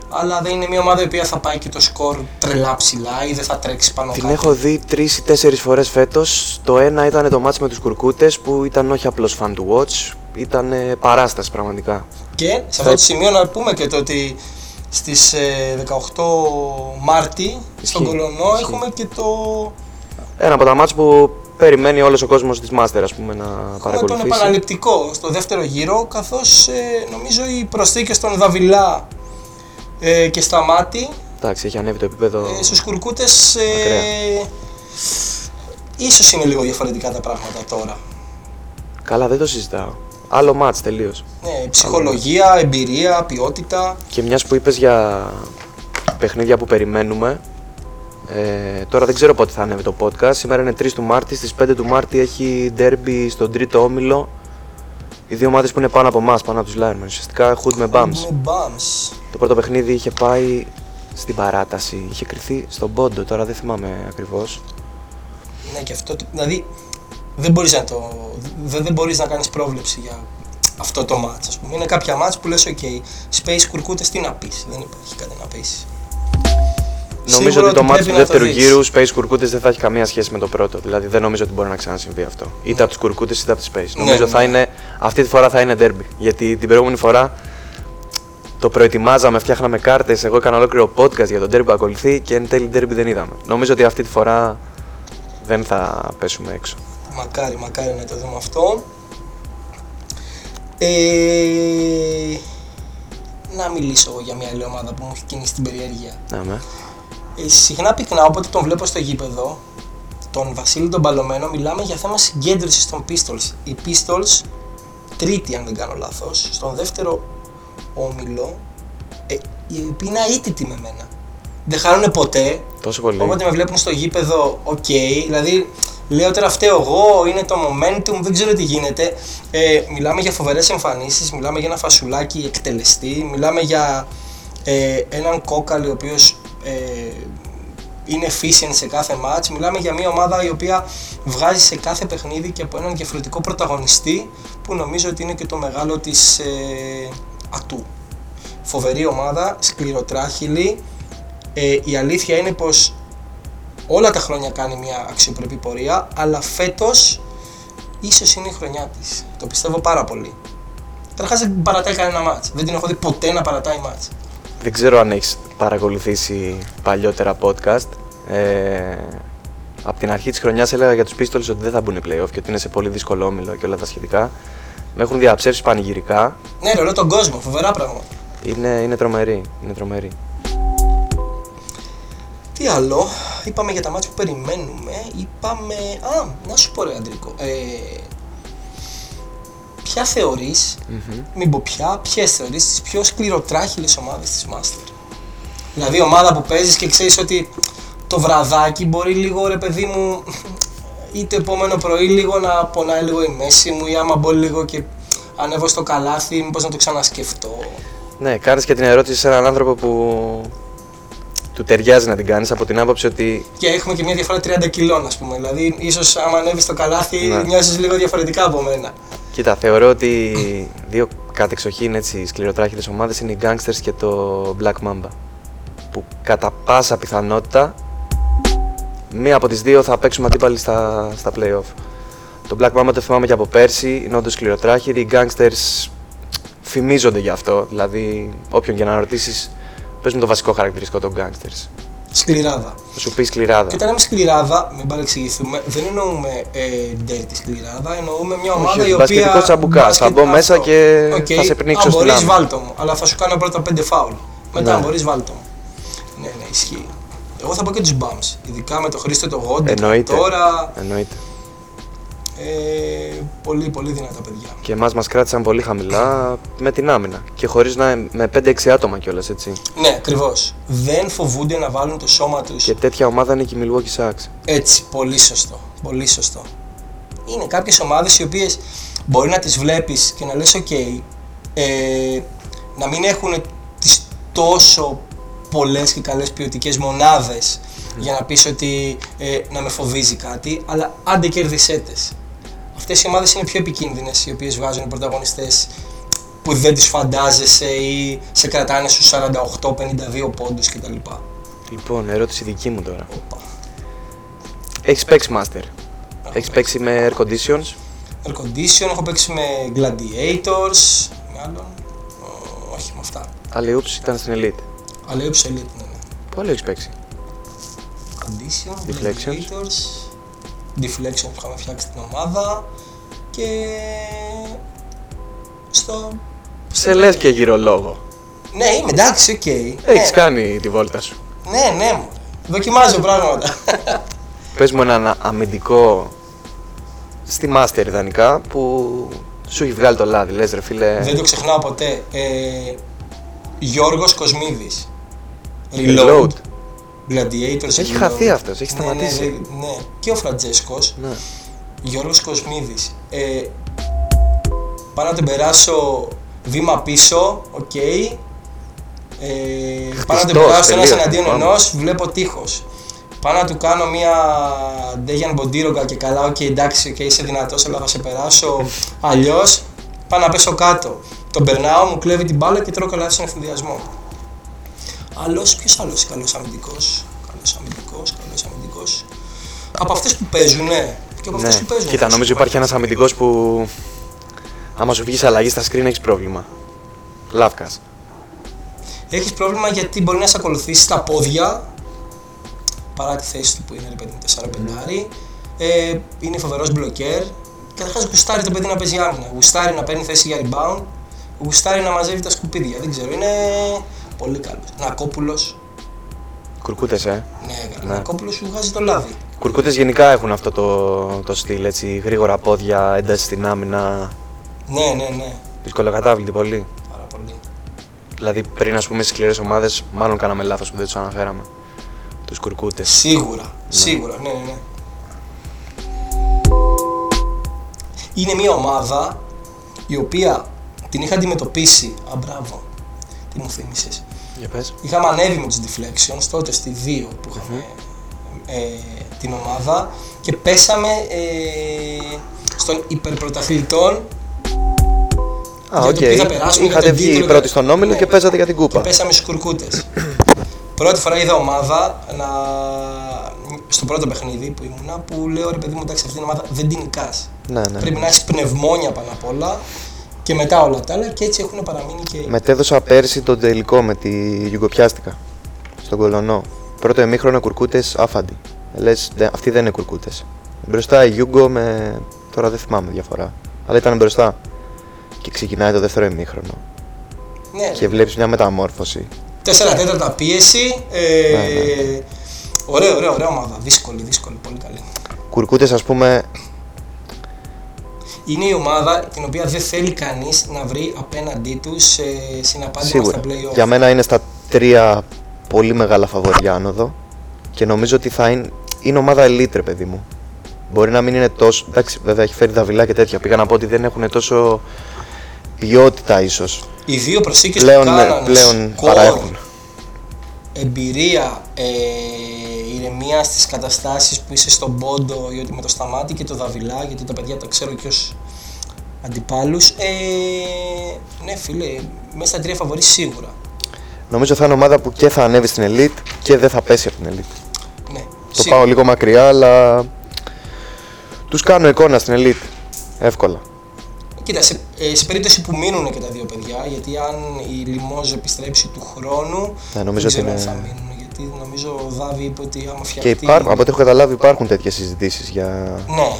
Speaker 2: αλλά δεν είναι μια ομάδα η οποία θα πάει και το σκορ τρελά ψηλά ή δεν θα τρέξει πάνω
Speaker 1: Την
Speaker 2: κάτω.
Speaker 1: έχω δει τρεις ή τέσσερις φορές φέτος. Το ένα ήταν το μάτς με τους κουρκούτες που ήταν όχι απλώς fan to watch, ήταν παράσταση πραγματικά.
Speaker 2: Και σε αυτό το σημείο να πούμε και το ότι στις ε, 18 Μάρτη στον
Speaker 1: Ισχύει,
Speaker 2: Κολονό
Speaker 1: ισχύει.
Speaker 2: έχουμε και το
Speaker 1: Ένα από τα μάτς που περιμένει όλος ο κόσμος της Master ας πούμε να
Speaker 2: έχουμε τον
Speaker 1: παρακολουθήσει.
Speaker 2: επαναληπτικό στο δεύτερο γύρο καθώς ε, νομίζω οι προσθήκες των Δαβιλά ε, και Σταμάτη
Speaker 1: Εντάξει, έχει ανέβει το επίπεδο.
Speaker 2: ε, στους Κουρκούτες ε,
Speaker 1: Ακραία.
Speaker 2: ίσως είναι λίγο διαφορετικά τα πράγματα τώρα.
Speaker 1: Καλά, δεν το συζητάω. Άλλο μάτς τελείως.
Speaker 2: Ναι, ψυχολογία, εμπειρία, ποιότητα.
Speaker 1: Και μιας που είπες για παιχνίδια που περιμένουμε, ε, τώρα δεν ξέρω πότε θα ανέβει το podcast. Σήμερα είναι 3 του Μάρτη, στις 5 του Μάρτη έχει ντέρμπι στον τρίτο όμιλο. Οι δύο ομάδες που είναι πάνω από εμάς, πάνω από τους Linemen. Ουσιαστικά Hood με Bums.
Speaker 2: Με Bums.
Speaker 1: Το πρώτο παιχνίδι είχε πάει στην παράταση. Είχε κρυθεί στον πόντο, τώρα δεν θυμάμαι ακριβώς.
Speaker 2: Ναι, και αυτό. το- Δηλαδή, δεν μπορείς να το. Δεν, δεν μπορείς να κάνεις πρόβλεψη για αυτό το μάτς, ας πούμε. Είναι κάποια μάτς που λες, OK, Space κουρκούτες τι να πεις, Δεν υπάρχει κάτι να πεις.
Speaker 1: Νομίζω
Speaker 2: Σίγουρα
Speaker 1: ότι το
Speaker 2: ότι
Speaker 1: μάτι
Speaker 2: πρέπει
Speaker 1: του
Speaker 2: να το
Speaker 1: δεύτερου
Speaker 2: δεις.
Speaker 1: γύρου Space Κουρκούτε δεν θα έχει καμία σχέση με το πρώτο. Δηλαδή δεν νομίζω ότι μπορεί να ξανασυμβεί αυτό. Είτε από τους Κουρκούτε είτε από τη Space. νομίζω
Speaker 2: ναι.
Speaker 1: θα είναι. Αυτή τη φορά θα είναι derby. Γιατί την προηγούμενη φορά το προετοιμάζαμε, φτιάχναμε κάρτες. Εγώ έκανα ολόκληρο podcast για τον derby που ακολουθεί και εν τέλει derby δεν είδαμε. Νομίζω ότι αυτή τη φορά δεν θα πέσουμε έξω.
Speaker 2: Μακάρι, μακάρι να το δούμε αυτό. Ε, να μιλήσω εγώ για μια άλλη ομάδα που μου έχει κινήσει την περιέργεια.
Speaker 1: Να με.
Speaker 2: Ε, συχνά πυκνά όποτε τον βλέπω στο γήπεδο, τον Βασίλη τον Παλωμένο, μιλάμε για θέμα συγκέντρωσης των Pistols. Οι Pistols, τρίτη αν δεν κάνω λάθος, στον δεύτερο όμιλο, ε, οι οποίοι είναι αίτητοι με μένα. Δεν χάνουν ποτέ,
Speaker 1: Τόσο πολύ.
Speaker 2: όποτε με βλέπουν στο γήπεδο, οκ, δηλαδή λέω τώρα φταίω εγώ, είναι το momentum, δεν ξέρω τι γίνεται. Ε, μιλάμε για φοβερές εμφανίσεις, μιλάμε για ένα φασουλάκι εκτελεστή, μιλάμε για ε, έναν κόκαλη ο οποίος ε, είναι efficient σε κάθε match, μιλάμε για μια ομάδα η οποία βγάζει σε κάθε παιχνίδι και από έναν διαφορετικό πρωταγωνιστή που νομίζω ότι είναι και το μεγάλο της ε, ατού. Φοβερή ομάδα, σκληροτράχυλη, ε, η αλήθεια είναι πως όλα τα χρόνια κάνει μια αξιοπρεπή πορεία, αλλά φέτος ίσως είναι η χρονιά της. Το πιστεύω πάρα πολύ. Καταρχάς δεν παρατάει κανένα μάτς. Δεν την έχω δει ποτέ να παρατάει μάτς.
Speaker 1: Δεν ξέρω αν έχεις παρακολουθήσει παλιότερα podcast. Ε, από την αρχή της χρονιάς έλεγα για τους Pistols ότι δεν θα μπουν playoff και ότι είναι σε πολύ δύσκολο όμιλο και όλα τα σχετικά. Με έχουν διαψεύσει πανηγυρικά.
Speaker 2: Ναι, ρε, όλο τον κόσμο, φοβερά πράγματα.
Speaker 1: Είναι, είναι τρομερή, είναι τρομερή.
Speaker 2: Τι άλλο, είπαμε για τα μάτς που περιμένουμε, είπαμε... Α, να σου πω ρε Αντρίκο, ε, ποια θεωρείς, μην πω ποια, ποιες θεωρείς τις πιο σκληροτράχυλες ομάδες της Master. Δηλαδή ομάδα που παίζεις και ξέρεις ότι το βραδάκι μπορεί λίγο ρε παιδί μου ή το επόμενο πρωί λίγο να πονάει λίγο η μέση μου ή άμα μπω λίγο και ανέβω στο καλάθι μήπως να το ξανασκεφτώ.
Speaker 1: Ναι, κάνεις και την ερώτηση σε έναν άνθρωπο που του ταιριάζει να την κάνεις από την άποψη ότι
Speaker 2: Και έχουμε και μια διαφορά 30 κιλών ας πούμε, δηλαδή ίσως άμα ανέβεις στο καλάθι
Speaker 1: Ναι.
Speaker 2: νιώσεις λίγο διαφορετικά από μένα.
Speaker 1: Κοίτα, θεωρώ ότι δύο κατεξοχήν έτσι σκληροτράχητες ομάδες είναι οι Gangsters και το Black Mamba. Που κατά πάσα πιθανότητα μία από τις δύο θα παίξουμε αντίπαλοι στα, στα play-off. Το Black Mamba το θυμάμαι και από πέρσι, είναι όντως σκληροτράχητη. Οι Gangsters φημίζονται γι' αυτό, δηλαδή όποιον και να ρωτήσεις πες μου το βασικό χαρακτηριστικό των Gangsters.
Speaker 2: Σκληράδα.
Speaker 1: Θα σου πει σκληράδα.
Speaker 2: Και όταν λέμε σκληράδα, μην παρεξηγηθούμε, δεν εννοούμε ε, dirty σκληράδα, εννοούμε μια ομάδα
Speaker 1: Όχι,
Speaker 2: η οποία.
Speaker 1: μπασκετικό τσαμπουκά. Θα μπω μέσα και
Speaker 2: Οκ,
Speaker 1: θα σε πνίξω
Speaker 2: Αν
Speaker 1: στην
Speaker 2: μπορεί,
Speaker 1: άμυνα.
Speaker 2: βάλτο μου. Αλλά θα σου κάνω πρώτα πέντε φάουλ. Μετά,
Speaker 1: Ναι.
Speaker 2: αν μπορείς, βάλτο μου. Ναι, ναι, ισχύει. Εγώ θα πω και τους Bums. Ειδικά με το Χρήστο το Γόντι.
Speaker 1: Εννοείται.
Speaker 2: Τώρα.
Speaker 1: Εννοείται.
Speaker 2: Ε, πολύ, πολύ δυνατά παιδιά.
Speaker 1: Και εμάς μας κράτησαν πολύ χαμηλά με την άμυνα. Και χωρίς να. με 5-6 άτομα κιόλας, έτσι.
Speaker 2: Ναι, ακριβώς. Δεν φοβούνται να βάλουν το σώμα τους.
Speaker 1: Και τέτοια ομάδα είναι και η Milwaukee Bucks.
Speaker 2: Έτσι, πολύ σωστό. Πολύ σωστό. Είναι κάποιες ομάδες οι οποίες μπορεί να τις βλέπεις και να λες οκ, ε, να μην έχουν τις τόσο πολλές και καλές ποιοτικές μονάδες για να πεις ότι ε, να με φοβίζει κάτι, αλλά άντε κέρδισέ τες. Αυτές οι ομάδες είναι πιο επικίνδυνες, οι οποίες βγάζουν πρωταγωνιστές που δεν τις φαντάζεσαι ή σε κρατάνε στους 48-52 πόντους κτλ.
Speaker 1: Λοιπόν, ερώτηση δική μου τώρα.
Speaker 2: Οπα.
Speaker 1: Έχεις παίξει Master. Έχεις παίξει με Air Conditions.
Speaker 2: Air Condition, έχω παίξει με Gladiators, με άλλον. Ε, όχι με αυτά.
Speaker 1: Αλλιούψη ήταν στην Elite.
Speaker 2: Αλλά έψω Elite, ναι, ναι.
Speaker 1: Πού άλλο έχεις παίξει.
Speaker 2: Condition,
Speaker 1: Deflections.
Speaker 2: Gladiators, Deflection που είχαμε φτιάξει την ομάδα και στο...
Speaker 1: Σε λες και γύρω λόγο.
Speaker 2: Ναι, είμαι εντάξει, οκ.
Speaker 1: Έχεις
Speaker 2: Ναι,
Speaker 1: κάνει τη βόλτα σου.
Speaker 2: Ναι, ναι, μου.
Speaker 1: Ε.
Speaker 2: Δοκιμάζω πράγματα.
Speaker 1: Πες μου έναν αμυντικό στη Master ιδανικά που σου έχει βγάλει το λάδι. Λες ρε φίλε.
Speaker 2: Δεν το ξεχνάω ποτέ. Ε, Γιώργος Κοσμίδης.
Speaker 1: Reload.
Speaker 2: Gladiators.
Speaker 1: Έχει
Speaker 2: Reload.
Speaker 1: χαθεί αυτός, έχει
Speaker 2: Ναι, ναι,
Speaker 1: σταματήσει.
Speaker 2: ναι, ναι. Και ο Φραντζέσκος.
Speaker 1: Ναι.
Speaker 2: Γιώργος Κοσμίδης. Ε, πάω να τον περάσω βήμα πίσω, οκ. Ε, πάω να τον
Speaker 1: Χτιστός,
Speaker 2: περάσω ένας
Speaker 1: τελείως,
Speaker 2: εναντίον
Speaker 1: πάμε.
Speaker 2: ενός, βλέπω τείχος. Πάω να του κάνω μια Ντέγιαν Μποντίρογκα και καλά, οκ, εντάξει, οκ, είσαι δυνατός, αλλά θα σε περάσω αλλιώς. Πάω να πέσω κάτω. Τον περνάω, μου κλέβει την μπάλα και τρώω καλά στον εφηδιασμό. Άλλος, ποιος άλλος καλός αμυντικός, καλός αμυντικός, καλός αμυντικός. Από αυτές που παίζουν, ναι. Και από αυτές που παίζουν.
Speaker 1: Κοίτα, νομίζω υπάρχει ένα αμυντικό που. Άμα σου βγει αλλαγή στα screen έχεις πρόβλημα. Λάφκας.
Speaker 2: Έχεις πρόβλημα γιατί μπορεί να σε ακολουθήσει τα πόδια παρά τη θέση του που είναι ρε παιδί μου 4 πεντάρι. Ε, είναι φοβερός μπλοκέρ. Καταρχάς γουστάρει το παιδί να παίζει άμυνα. Γουστάρει να παίρνει θέση για rebound. Γουστάρει να μαζεύει τα σκουπίδια. Δεν ξέρω, είναι πολύ καλός. Νακόπουλος.
Speaker 1: Κουρκούτες, ε.
Speaker 2: Ναι,
Speaker 1: Ναι.
Speaker 2: ναι. Νακόπουλος σου βγάζει το λάδι.
Speaker 1: Κουρκούτες γενικά έχουν αυτό το, το στυλ, έτσι. Γρήγορα πόδια, ένταση στην άμυνα.
Speaker 2: Ναι, ναι, ναι.
Speaker 1: Δυσκολοκατάβλητη πολύ.
Speaker 2: Πάρα πολύ.
Speaker 1: Δηλαδή πριν, ας πούμε, στι σκληρές ομάδες, μάλλον κάναμε λάθος που δεν τους αναφέραμε. Τους κουρκούτες.
Speaker 2: Σίγουρα, σίγουρα, ναι, ναι, ναι. Είναι μια ομάδα η οποία την είχα αντιμετωπίσει. Α, μπράβο, τι μου θύμισες.
Speaker 1: Για πες.
Speaker 2: Είχαμε ανέβει με τους Deflections τότε στη 2 που είχαμε ε, την ομάδα και πέσαμε ε, στον υπερπρωταθλητών
Speaker 1: Α,
Speaker 2: Για το
Speaker 1: οκ.
Speaker 2: ποιοι θα περάσουν, για
Speaker 1: Είχατε
Speaker 2: τον
Speaker 1: βγει
Speaker 2: τίτλο,
Speaker 1: πρώτοι
Speaker 2: για-
Speaker 1: στον όμιλο
Speaker 2: Ναι.
Speaker 1: και παίζατε για την
Speaker 2: και
Speaker 1: κούπα.
Speaker 2: πέσαμε στους κουρκούτες. Πρώτη φορά είδα ομάδα να... στο πρώτο παιχνίδι που ήμουνα που λέω ρε παιδί μου εντάξει αυτή την ομάδα δεν την νικάς.
Speaker 1: Ναι, ναι.
Speaker 2: Πρέπει να έχεις πνευμόνια πάνω απ' όλα και μετά όλα τα άλλα και έτσι έχουν παραμείνει και.
Speaker 1: Μετέδωσα πέρσι τον τελικό με τη Γιουγκοπιάστηκα στον Κολονό. Πρώτο εμίχρονο κουρκούτες άφαντη. Λες, αυτοί δεν είναι κουρκούτες. Μπροστά η Γιούγκο με. Τώρα δεν θυμάμαι διαφορά. Αλλά ήταν μπροστά. Και ξεκινάει το δεύτερο εμίχρονο.
Speaker 2: Ναι,
Speaker 1: Και βλέπεις μια μεταμόρφωση.
Speaker 2: τέσσερα τέταρτα πίεση. Ε...
Speaker 1: Ναι,
Speaker 2: Ωραία, ωραία, ωραία ομάδα. Δύσκολη, δύσκολη, πολύ καλή.
Speaker 1: Κουρκούτες, ας πούμε,
Speaker 2: είναι η ομάδα την οποία δεν θέλει κανείς να βρει απέναντί τους σε συναπάντημα
Speaker 1: Σίγουρα.
Speaker 2: στα playoff.
Speaker 1: Για μένα είναι στα τρία πολύ μεγάλα φαβοριά άνοδο και νομίζω ότι θα είναι, είναι ομάδα elite, ρε παιδί μου. Μπορεί να μην είναι τόσο. Εντάξει, βέβαια έχει φέρει δαβιλά και τέτοια. Πήγα να πω ότι δεν έχουν τόσο ποιότητα ίσως.
Speaker 2: Οι δύο προσήκε που
Speaker 1: Πλέον, ναι,
Speaker 2: κάνανε,
Speaker 1: πλέον
Speaker 2: σκορ,
Speaker 1: παραέχουν.
Speaker 2: εμπειρία, ε, ηρεμία στις καταστάσεις που είσαι στον πόντο ή ότι με το σταμάτη και το δαβιλά, γιατί τα παιδιά τα ξέρω και ως αντιπάλους. Ε, ναι φίλε, μέσα στα τρία φαβορείς σίγουρα.
Speaker 1: Νομίζω θα είναι ομάδα που και θα ανέβει στην elite και δεν θα πέσει από την elite.
Speaker 2: Ναι,
Speaker 1: Το
Speaker 2: σίγουρα.
Speaker 1: πάω λίγο μακριά, αλλά τους κάνω εικόνα στην elite. Εύκολα.
Speaker 2: Κοίτα, σε, ε, σε περίπτωση που μείνουν και τα δύο παιδιά, γιατί αν η Λιμόζ επιστρέψει του χρόνου,
Speaker 1: Ναι, νομίζω
Speaker 2: δεν
Speaker 1: ότι
Speaker 2: ξέρω αν θα
Speaker 1: είναι-
Speaker 2: μείνουν. Γιατί νομίζω ο Δάβη είπε ότι άμα
Speaker 1: Και
Speaker 2: φτιαχτεί.
Speaker 1: υπάρχουν, από ό,τι έχω καταλάβει, υπάρχουν τέτοιες συζητήσεις για.
Speaker 2: Ναι, είναι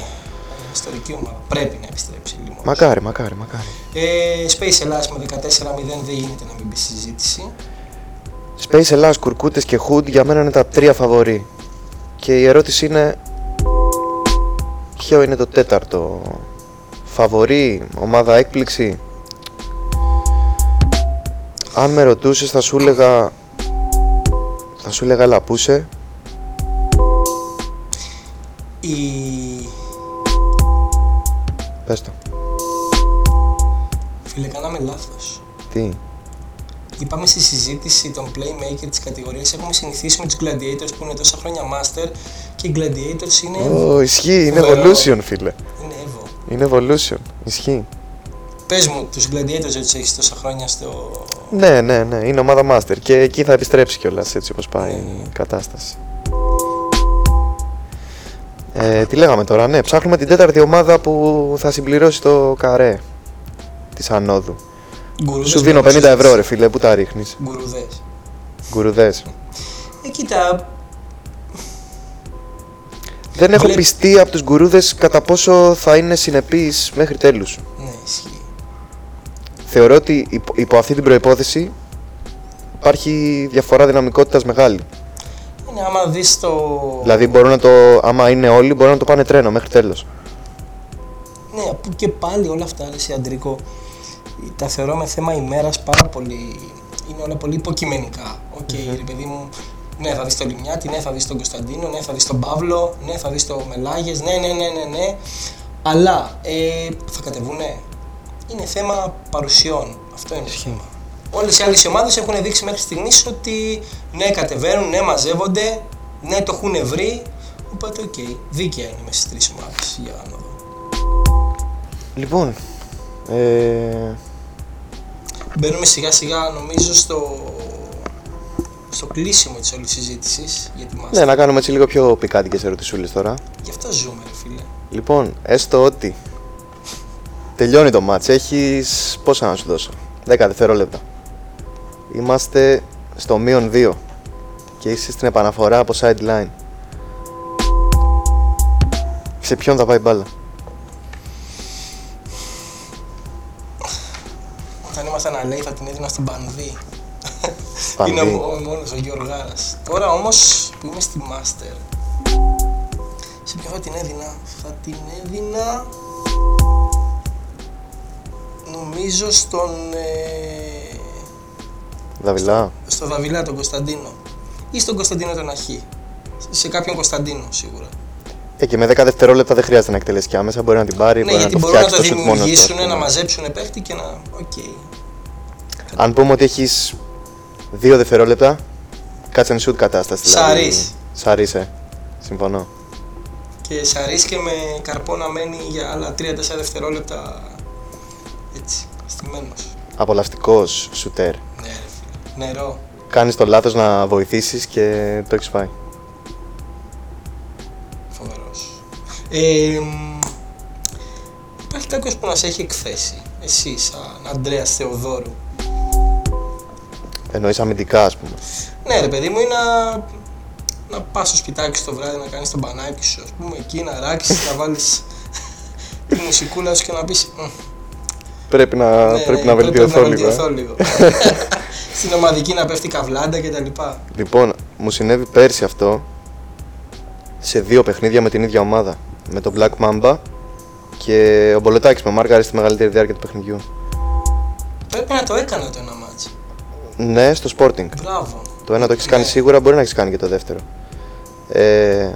Speaker 2: ιστορική ομάδα. Πρέπει να επιστρέψει η Λιμόζ.
Speaker 1: Μακάρι, μακάρι, μακάρι.
Speaker 2: Ε, Space Ελλάς με 14-0 δεν γίνεται να μην μπει στη συζήτηση.
Speaker 1: Space Ελλάς, Κουρκούτες και Hood για μένα είναι τα τρία φαβορή. Και η ερώτηση είναι... Ποιο είναι το τέταρτο φαβορή, ομάδα έκπληξη. Αν με ρωτούσες θα σου έλεγα... Θα σου έλεγα Λαπούσε.
Speaker 2: Η...
Speaker 1: Πες το.
Speaker 2: Φίλε, κάναμε λάθος.
Speaker 1: Τι.
Speaker 2: Είπαμε στη συζήτηση των playmaker της κατηγορίας, έχουμε συνηθίσει με τους gladiators που είναι τόσα χρόνια master και οι gladiators είναι...
Speaker 1: Ω, ισχύει. Είναι
Speaker 2: Φοβερό.
Speaker 1: evolution φίλε.
Speaker 2: Είναι Evo.
Speaker 1: Είναι evolution. Ισχύει.
Speaker 2: Πες μου, τους gladiators δεν τους έχεις τόσα χρόνια στο...
Speaker 1: Ναι, ναι, ναι. Είναι ομάδα master. Και εκεί θα επιστρέψει κιόλας έτσι όπως πάει η
Speaker 2: Ναι.
Speaker 1: κατάσταση. Ε, τι λέγαμε τώρα, ναι, ψάχνουμε την τέταρτη ομάδα που θα συμπληρώσει το καρέ της Ανόδου.
Speaker 2: Γκουρούδες
Speaker 1: Σου δίνω
Speaker 2: με
Speaker 1: 50 ευρώ
Speaker 2: γκουρούδες.
Speaker 1: ρε φίλε, που τα ρίχνεις.
Speaker 2: Γκουρούδες.
Speaker 1: Γκουρουδές.
Speaker 2: Ε, κοίτα,
Speaker 1: Δεν έχω
Speaker 2: Βλέ-
Speaker 1: πιστεί από τους γκουρούδες κατά πόσο θα είναι συνεπείς μέχρι τέλους.
Speaker 2: ναι, ισχύει.
Speaker 1: Θεωρώ ότι υπό, υπό αυτή την προϋπόθεση υπάρχει διαφορά δυναμικότητας μεγάλη.
Speaker 2: Είναι άμα δεις το...
Speaker 1: Δηλαδή μπορούν να το, άμα είναι όλοι, μπορούν να το πάνε τρένο μέχρι τέλος.
Speaker 2: Ναι, που και πάλι όλα αυτά, αρέσει Αντρίκο, τα θεωρώ με θέμα ημέρας πάρα πολύ. Είναι όλα πολύ υποκειμενικά. Οκ, ρε παιδί μου, ναι, θα δεις τον Λιμιάτη, ναι, θα δεις τον Κωνσταντίνο, ναι, θα δεις τον Παύλο, ναι, θα δεις τον Μελάγες, ναι, ναι, ναι, ναι, ναι. Αλλά ε, θα κατεβούνε. Είναι θέμα παρουσιών. Αυτό είναι το θέμα. Όλες οι άλλες ομάδες έχουν δείξει μέχρι στιγμής ότι ναι, κατεβαίνουν, ναι, μαζεύονται, ναι, το έχουν βρει. Οπότε, οκ, δίκαια είναι μέσα στις τρεις ομάδες για να δω.
Speaker 1: Λοιπόν, ε,
Speaker 2: Μπαίνουμε σιγά σιγά νομίζω στο, στο κλείσιμο της όλης συζήτησης για τη Master.
Speaker 1: ναι, να κάνουμε έτσι λίγο πιο πικάντικες ερωτησούλες τώρα.
Speaker 2: Γι' αυτό ζούμε ρε φίλε.
Speaker 1: Λοιπόν, έστω ότι τελειώνει το μάτς, έχεις πόσα να σου δώσω, 10 δευτερόλεπτα. Είμαστε στο μείον 2 και είσαι στην επαναφορά από sideline. Σε ποιον θα πάει η μπάλα.
Speaker 2: Όταν ήμασταν αλέοι θα την έδινα στον Πανδί.
Speaker 1: Πανδί.
Speaker 2: Είναι ο μόνος ο Γιωργάρας. Τώρα όμως που είμαι στη Master. Σε ποιο θα την έδινα. Θα την έδινα... Νομίζω στον... ε,
Speaker 1: Δαβιλά,
Speaker 2: στο Δαβιλά τον Κωνσταντίνο. Ή στον Κωνσταντίνο τον Αχή. Σε κάποιον Κωνσταντίνο σίγουρα.
Speaker 1: ε, και με 10 δευτερόλεπτα δεν χρειάζεται να εκτελέσει και άμεσα, μπορεί να την πάρει,
Speaker 2: Ναι,
Speaker 1: μπορεί να
Speaker 2: γιατί
Speaker 1: το
Speaker 2: μπορούν να
Speaker 1: φτιάξει
Speaker 2: το
Speaker 1: το σουτ μόνος του, ας
Speaker 2: δημιουργήσουν, να
Speaker 1: πούμε.
Speaker 2: μαζέψουν παίχτη και να. Οκ.
Speaker 1: Αν πούμε ότι έχεις δύο δευτερόλεπτα, catch and shoot κατάσταση.
Speaker 2: Σαρίς.
Speaker 1: Σαρί, ε. Συμφωνώ.
Speaker 2: Και σαρίς και με καρπό να μένει για άλλα 3-4 δευτερόλεπτα. Έτσι. Στημένο.
Speaker 1: Απολαυστικός σουτέρ.
Speaker 2: Ναι, ρε φίλε. Νερό.
Speaker 1: Κάνεις το λάθος να βοηθήσεις και το έχεις φάει.
Speaker 2: Φοβερός. Ε, μ, υπάρχει κάποιος που να σε έχει εκθέσει. Εσύ, σαν Αντρέα Θεοδόρου.
Speaker 1: Εννοείς αμυντικά, ας πούμε.
Speaker 2: Ναι, ρε παιδί μου, είναι να, να πας στο σπιτάκι σου το βράδυ να κάνεις τον πανάκι σου, ας πούμε, εκεί να ράξεις, να βάλεις τη μουσικούλα σου και να πεις.
Speaker 1: Πρέπει να,
Speaker 2: Ναι,
Speaker 1: πρέπει
Speaker 2: ναι,
Speaker 1: να βελτιωθώ
Speaker 2: να
Speaker 1: λίγο. ε.
Speaker 2: βελτιωθώ λίγο. Στην ομαδική να πέφτει καβλάντα και τα λοιπά.
Speaker 1: Λοιπόν, μου συνέβη πέρσι αυτό σε δύο παιχνίδια με την ίδια ομάδα. Με τον Black Mamba και ο Μπολετάκη με μάρκαρε στη μεγαλύτερη διάρκεια του παιχνιδιού.
Speaker 2: Πρέπει να το έκανα το ένα μάτς.
Speaker 1: Ναι, στο Sporting.
Speaker 2: Μπράβο.
Speaker 1: Το ένα το έχεις κάνει
Speaker 2: Ναι.
Speaker 1: σίγουρα, μπορεί να έχεις κάνει και το δεύτερο. Ε,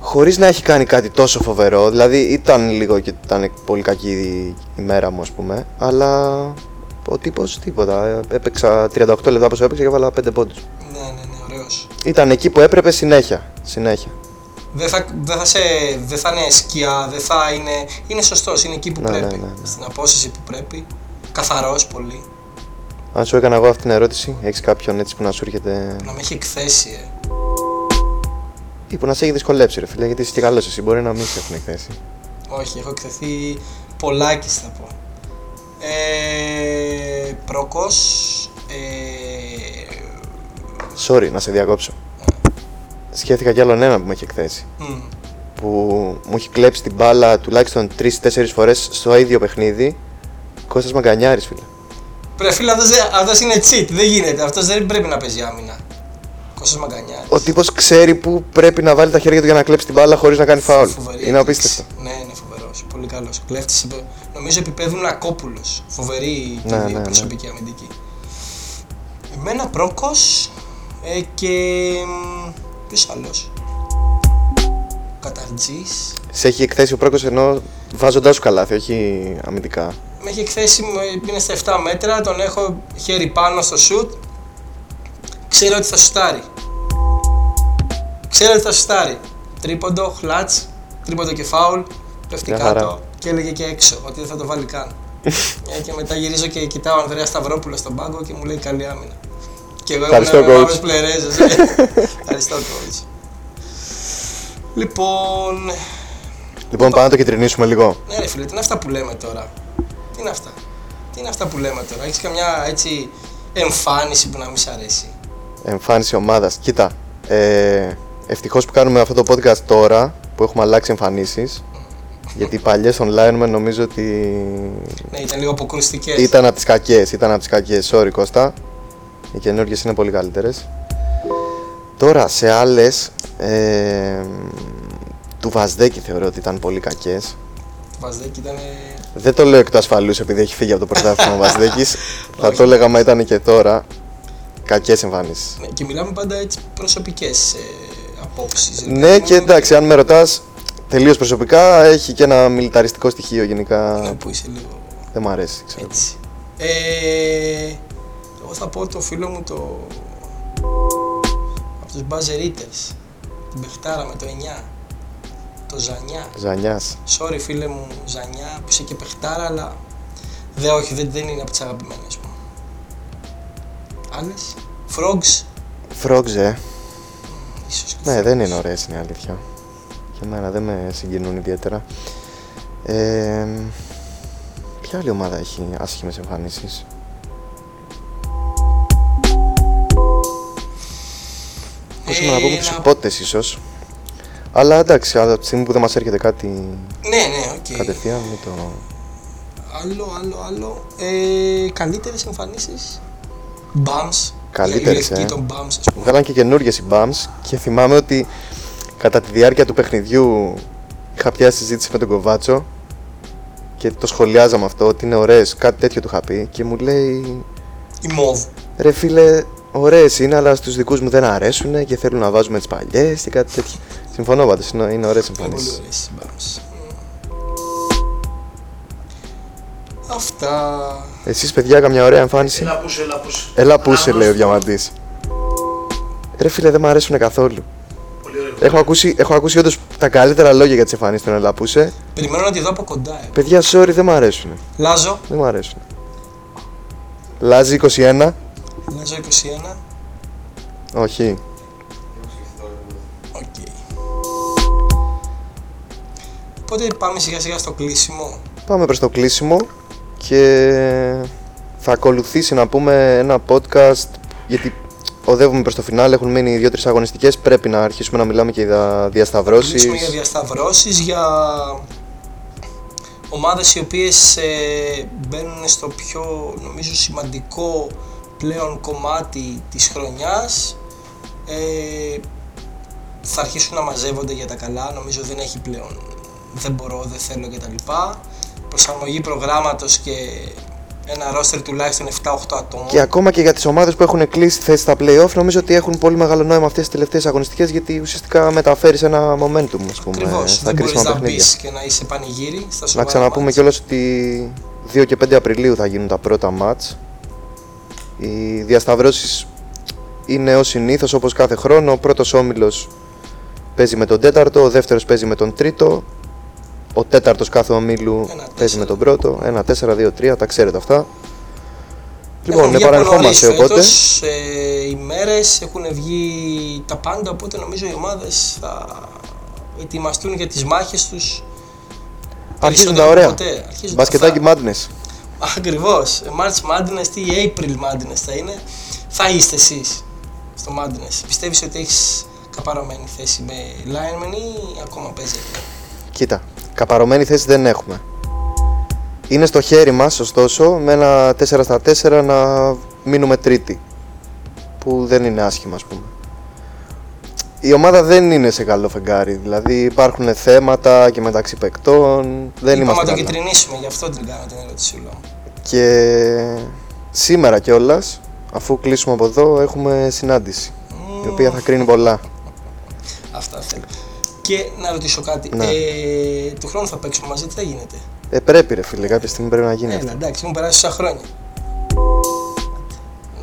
Speaker 1: Χωρίς να έχει κάνει κάτι τόσο φοβερό, δηλαδή ήταν λίγο και ήταν πολύ κακή η- η μέρα μου, ας πούμε, αλλά ο τύπος τίποτα. Ε, Έπαιξα 38 λεπτά όπως έπαιξα και έβαλα 5 πόντους.
Speaker 2: Ναι, ναι, ναι, ωραίος.
Speaker 1: Ήταν εκεί που έπρεπε συνέχεια. συνέχεια.
Speaker 2: Δεν θα, δεν θα, σε, δεν θα είναι σκιά, δεν θα είναι. Είναι σωστός, είναι εκεί που
Speaker 1: Ναι,
Speaker 2: πρέπει.
Speaker 1: ναι, ναι, ναι.
Speaker 2: Στην απόσταση που πρέπει. Καθαρός πολύ.
Speaker 1: Αν σου έκανα εγώ αυτή την ερώτηση, έχεις κάποιον έτσι που να σου έρχεται.
Speaker 2: Να με έχει εκθέσει, ε.
Speaker 1: ή που να σε έχει δυσκολέψει, ρε φίλε, γιατί είσαι και καλός εσύ. Μπορεί να μην σε έχουν εκθέσει.
Speaker 2: Όχι, έχω εκθεθεί πολλάκι, θα πω. Ε, πρόκος. Ε,
Speaker 1: Sorry, να σε διακόψω. Σκέφτηκα κι άλλον ένα που με έχει εκθέσει.
Speaker 2: μ,
Speaker 1: που μου έχει κλέψει την μπάλα τουλάχιστον 3-4 φορές στο ίδιο παιχνίδι. Κώστας Μαγκανιάρης φίλε.
Speaker 2: Πρέπει φίλε, αυτός, δεν- αυτός είναι cheat, δεν γίνεται. Αυτός δεν πρέπει να παίζει άμυνα. Κώστας Μαγκανιάρης.
Speaker 1: Ο τύπος ξέρει που πρέπει να βάλει τα χέρια του για να κλέψει την μπάλα χωρίς να κάνει φάουλ.
Speaker 2: Φοβερή
Speaker 1: Είναι
Speaker 2: έκπληξη.
Speaker 1: απίστευτο.
Speaker 2: Ναι, είναι φοβερός. Πολύ καλός. Κλέφτης. Νομίζω επίπεδου Νακόπουλο. Φοβερή
Speaker 1: Ναι,
Speaker 2: ναι,
Speaker 1: ναι, ναι.
Speaker 2: προσωπική αμυντική. Εμένα πρόκος ε, και. Ποιος άλλος. Καταρτζή.
Speaker 1: Σε έχει εκθέσει ο πρόκος ενώ βάζοντάς σου καλάθι, όχι αμυντικά.
Speaker 2: Με έχει εκθέσει, μου- είναι στα 7 μέτρα, τον έχω χέρι πάνω στο σουτ. Ξέρω ότι θα σουτάρει. Ξέρω ότι θα σουτάρει. Τρίποντο, χλάτς, τρίποντο και φάουλ. Πέφτει
Speaker 1: Μια χαρά.
Speaker 2: κάτω και έλεγε και έξω ότι δεν θα το βάλει καν. Ε, και μετά γυρίζω και κοιτάω ο Ανδρέα Σταυρόπουλο στον πάγκο και μου λέει καλή άμυνα. Και εγώ
Speaker 1: Ευχαριστώ,
Speaker 2: ήμουν με
Speaker 1: coach.
Speaker 2: μαύρες πλερέζες. ε. Ευχαριστώ, coach. Λοιπόν,
Speaker 1: Λοιπόν, πάμε να το κεντρινίσουμε λίγο.
Speaker 2: ναι, ρε φίλε, τι είναι αυτά που λέμε τώρα. Τι είναι αυτά. Τι είναι αυτά που λέμε τώρα. Έχεις καμιά έτσι εμφάνιση που να μην σ' αρέσει.
Speaker 1: Εμφάνιση ομάδας. Κοίτα. Ε, Ευτυχώς που κάνουμε αυτό το podcast τώρα που έχουμε αλλάξει εμφανίσεις. Γιατί οι παλιές online με νομίζω ότι
Speaker 2: Ναι, ήταν λίγο αποκρουστικέ.
Speaker 1: Ήταν από τις κακές, ήταν από τις κακές. Sorry, Κώστα. Οι καινούργιες είναι πολύ καλύτερες. Τώρα σε άλλες. Ε, του Βαζδέκη θεωρώ ότι ήταν πολύ κακές.
Speaker 2: Το Βαζδέκι ήταν.
Speaker 1: Δεν το λέω εκ του ασφαλούς επειδή έχει φύγει από το πρωτάθλημα ο Βαζδέκη. Θα
Speaker 2: Όχι.
Speaker 1: το έλεγα μα ήταν και τώρα. Κακές εμφανίσεις.
Speaker 2: Ναι, και μιλάμε πάντα έτσι προσωπικές ε, απόψεις.
Speaker 1: Ναι, και εντάξει, αν με ρωτάς, τελείως προσωπικά έχει και ένα μιλιταριστικό στοιχείο γενικά.
Speaker 2: Ναι, που είσαι λίγο
Speaker 1: Δεν μου αρέσει, ξέρω.
Speaker 2: έτσι. Ε, εγώ θα πω το φίλο μου το. από τους Μπαζερίτε. Την Μπεχτάρα με το 9. Το Ζανιά.
Speaker 1: Ζανιάς.
Speaker 2: Sorry φίλε μου Ζανιά που είσαι και παιχτάρα αλλά δε όχι δεν, δεν είναι από τις αγαπημένες μου. Άλλες, Frogs,
Speaker 1: Φρόγζε.
Speaker 2: ίσως και
Speaker 1: Ναι,
Speaker 2: Frogs.
Speaker 1: δεν είναι ωραίες είναι η αλήθεια. Και εμένα δεν με συγκινούν ιδιαίτερα. Ε, ποια άλλη ομάδα έχει άσχημες εμφανίσεις. Ακούσαμε να πούμε
Speaker 2: Ε,
Speaker 1: του
Speaker 2: να-
Speaker 1: υπότε ίσως. Αλλά εντάξει, αλλά από τη στιγμή που δεν μας έρχεται κάτι
Speaker 2: Ναι, ναι, οκ.
Speaker 1: κατευθείαν, μην το.
Speaker 2: Άλλο, άλλο, άλλο. Ε, καλύτερες εμφανίσεις. Bums.
Speaker 1: Καλύτερες,
Speaker 2: Η λευκή
Speaker 1: ε.
Speaker 2: των Bums, ας πούμε.
Speaker 1: Βγάλαν και καινούριε οι Bums και θυμάμαι ότι κατά τη διάρκεια του παιχνιδιού είχα πιάσει συζήτηση με τον Κοβάτσο και το σχολιάζαμε αυτό ότι είναι ωραίες, κάτι τέτοιο του είχα πει και μου λέει
Speaker 2: Η Mauve.
Speaker 1: Ρε φίλε, ωραίες είναι, αλλά στους δικούς μου δεν αρέσουν και θέλουν να βάζουμε τις παλιές και κάτι τέτοιο. Συμφωνώ πάντως, είναι, είναι ωραίες
Speaker 2: Είναι πολύ
Speaker 1: εμφανίσεις.
Speaker 2: ωραίες οι Bums. Αυτά.
Speaker 1: Εσείς, παιδιά, καμιά ωραία εμφάνιση.
Speaker 3: Έλα πούσε, έλα πούσε.
Speaker 1: Έλα που σε λέει ο διαμαντής. Ρε φίλε, δεν μου αρέσουν καθόλου.
Speaker 3: Πολύ ωραίο.
Speaker 1: Έχω ακούσει, έχω ακούσει όντως τα καλύτερα λόγια για τις εμφανίσεις των Ελαπούσε.
Speaker 2: Περιμένω να τη δω από κοντά. Ε.
Speaker 1: Παιδιά, sorry, δεν μου αρέσουν.
Speaker 2: Λάζω.
Speaker 1: Δεν μου αρέσουν. Λάζι 21.
Speaker 2: Λάζω 21.
Speaker 1: Όχι.
Speaker 2: Οκ. Οπότε πάμε σιγά σιγά στο κλείσιμο.
Speaker 1: Πάμε προς το κλείσιμο και θα ακολουθήσει να πούμε ένα podcast γιατί οδεύουμε προς το φινάλ, έχουν μείνει δύο-τρεις αγωνιστικές, πρέπει να αρχίσουμε να μιλάμε και για διασταυρώσεις.
Speaker 2: Μιλήσουμε για διασταυρώσεις, για ομάδες οι οποίες ε, μπαίνουν στο πιο νομίζω σημαντικό πλέον κομμάτι της χρονιάς ε, θα αρχίσουν να μαζεύονται για τα καλά, νομίζω δεν έχει πλέον δεν μπορώ, δεν θέλω κτλ. Προσαρμογή προγράμματος και ένα roster τουλάχιστον 7-8 ατόμων.
Speaker 1: Και ακόμα και για τις ομάδες που έχουν κλείσει θέση στα playoff, νομίζω ότι έχουν πολύ μεγάλο νόημα αυτές τις τελευταίες αγωνιστικές γιατί ουσιαστικά μεταφέρεις ένα momentum, ας πούμε,
Speaker 2: Ακριβώς.
Speaker 1: στα
Speaker 2: Δεν μπορεί
Speaker 1: κρίσιμα
Speaker 2: να μπει
Speaker 1: Ε, παιχνίδια.
Speaker 2: και να είσαι πανηγύρι στα
Speaker 1: Να
Speaker 2: σοβαρά.
Speaker 1: ξαναπούμε
Speaker 2: μάτς.
Speaker 1: κιόλας ότι 2 και 5 Απριλίου θα γίνουν τα πρώτα μάτς. Οι διασταυρώσεις είναι ως συνήθως όπως κάθε χρόνο. Ο πρώτος όμιλος παίζει με τον τέταρτο, ο δεύτερος παίζει με τον τρίτο. Ο τέταρτος κάθε ομίλου
Speaker 2: Ένα
Speaker 1: παίζει με
Speaker 2: τέσσερα.
Speaker 1: τον πρώτο. 1, 4, 2, 3, τα ξέρετε αυτά.
Speaker 2: Έχουν
Speaker 1: Λοιπόν,
Speaker 2: βγει
Speaker 1: με
Speaker 2: από
Speaker 1: παρανεχόμαστε
Speaker 2: νωρίς
Speaker 1: οπότε.
Speaker 2: φέτος, Ε, οι μέρες έχουν βγει τα πάντα, οπότε νομίζω οι ομάδες θα ετοιμαστούν για τις μάχες τους.
Speaker 1: Αρχίζουν τα ωραία.
Speaker 2: Αρχίζουν
Speaker 1: Μπασκετάκι Madness.
Speaker 2: Ακριβώ. March Madness τι April Madness θα είναι. Θα είστε εσείς στο Madness. Πιστεύεις ότι έχεις καπαρωμένη θέση με lineman ή ακόμα παίζει.
Speaker 1: Κοίτα, καπαρωμένη θέση δεν έχουμε. Είναι στο χέρι μας, ωστόσο, με ένα 4 στα 4 να μείνουμε τρίτη. Που δεν είναι άσχημα, ας πούμε. Η ομάδα δεν είναι σε καλό φεγγάρι, δηλαδή υπάρχουν θέματα και μεταξύ παικτών, δεν
Speaker 2: Είπαμε να
Speaker 1: είμαστε
Speaker 2: το
Speaker 1: καλά.
Speaker 2: κυτρινίσουμε, γι' αυτό την κάνω την ερώτησή μου.
Speaker 1: Και σήμερα κιόλας, αφού κλείσουμε από εδώ, έχουμε συνάντηση, η οποία θα κρίνει πολλά.
Speaker 2: Αυτά θέλω. Και να ρωτήσω κάτι.
Speaker 1: Ναι.
Speaker 2: Ε, του χρόνου θα παίξουμε μαζί, τι θα γίνεται.
Speaker 1: Ε, πρέπει ρε φίλε, κάποια στιγμή πρέπει να γίνει αυτό.
Speaker 2: Έλα, εντάξει, μου περάσει τόσα χρόνια.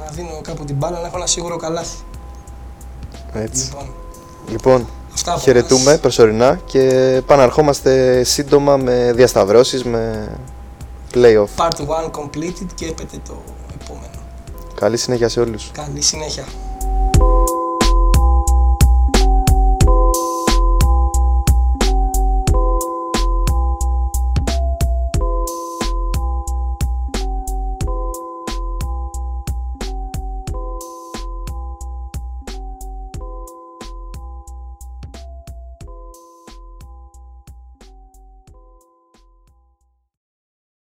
Speaker 2: Να δίνω κάπου την μπάλα να έχω ένα σίγουρο καλάθι.
Speaker 1: Έτσι.
Speaker 2: Λοιπόν,
Speaker 1: Λοιπόν,
Speaker 2: αυτά από
Speaker 1: Χαιρετούμε
Speaker 2: μας.
Speaker 1: προσωρινά και επαναρχόμαστε σύντομα με διασταυρώσεις, με playoff.
Speaker 2: Part 1 completed και έπεται το επόμενο.
Speaker 1: Καλή συνέχεια σε όλους.
Speaker 2: Καλή συνέχεια.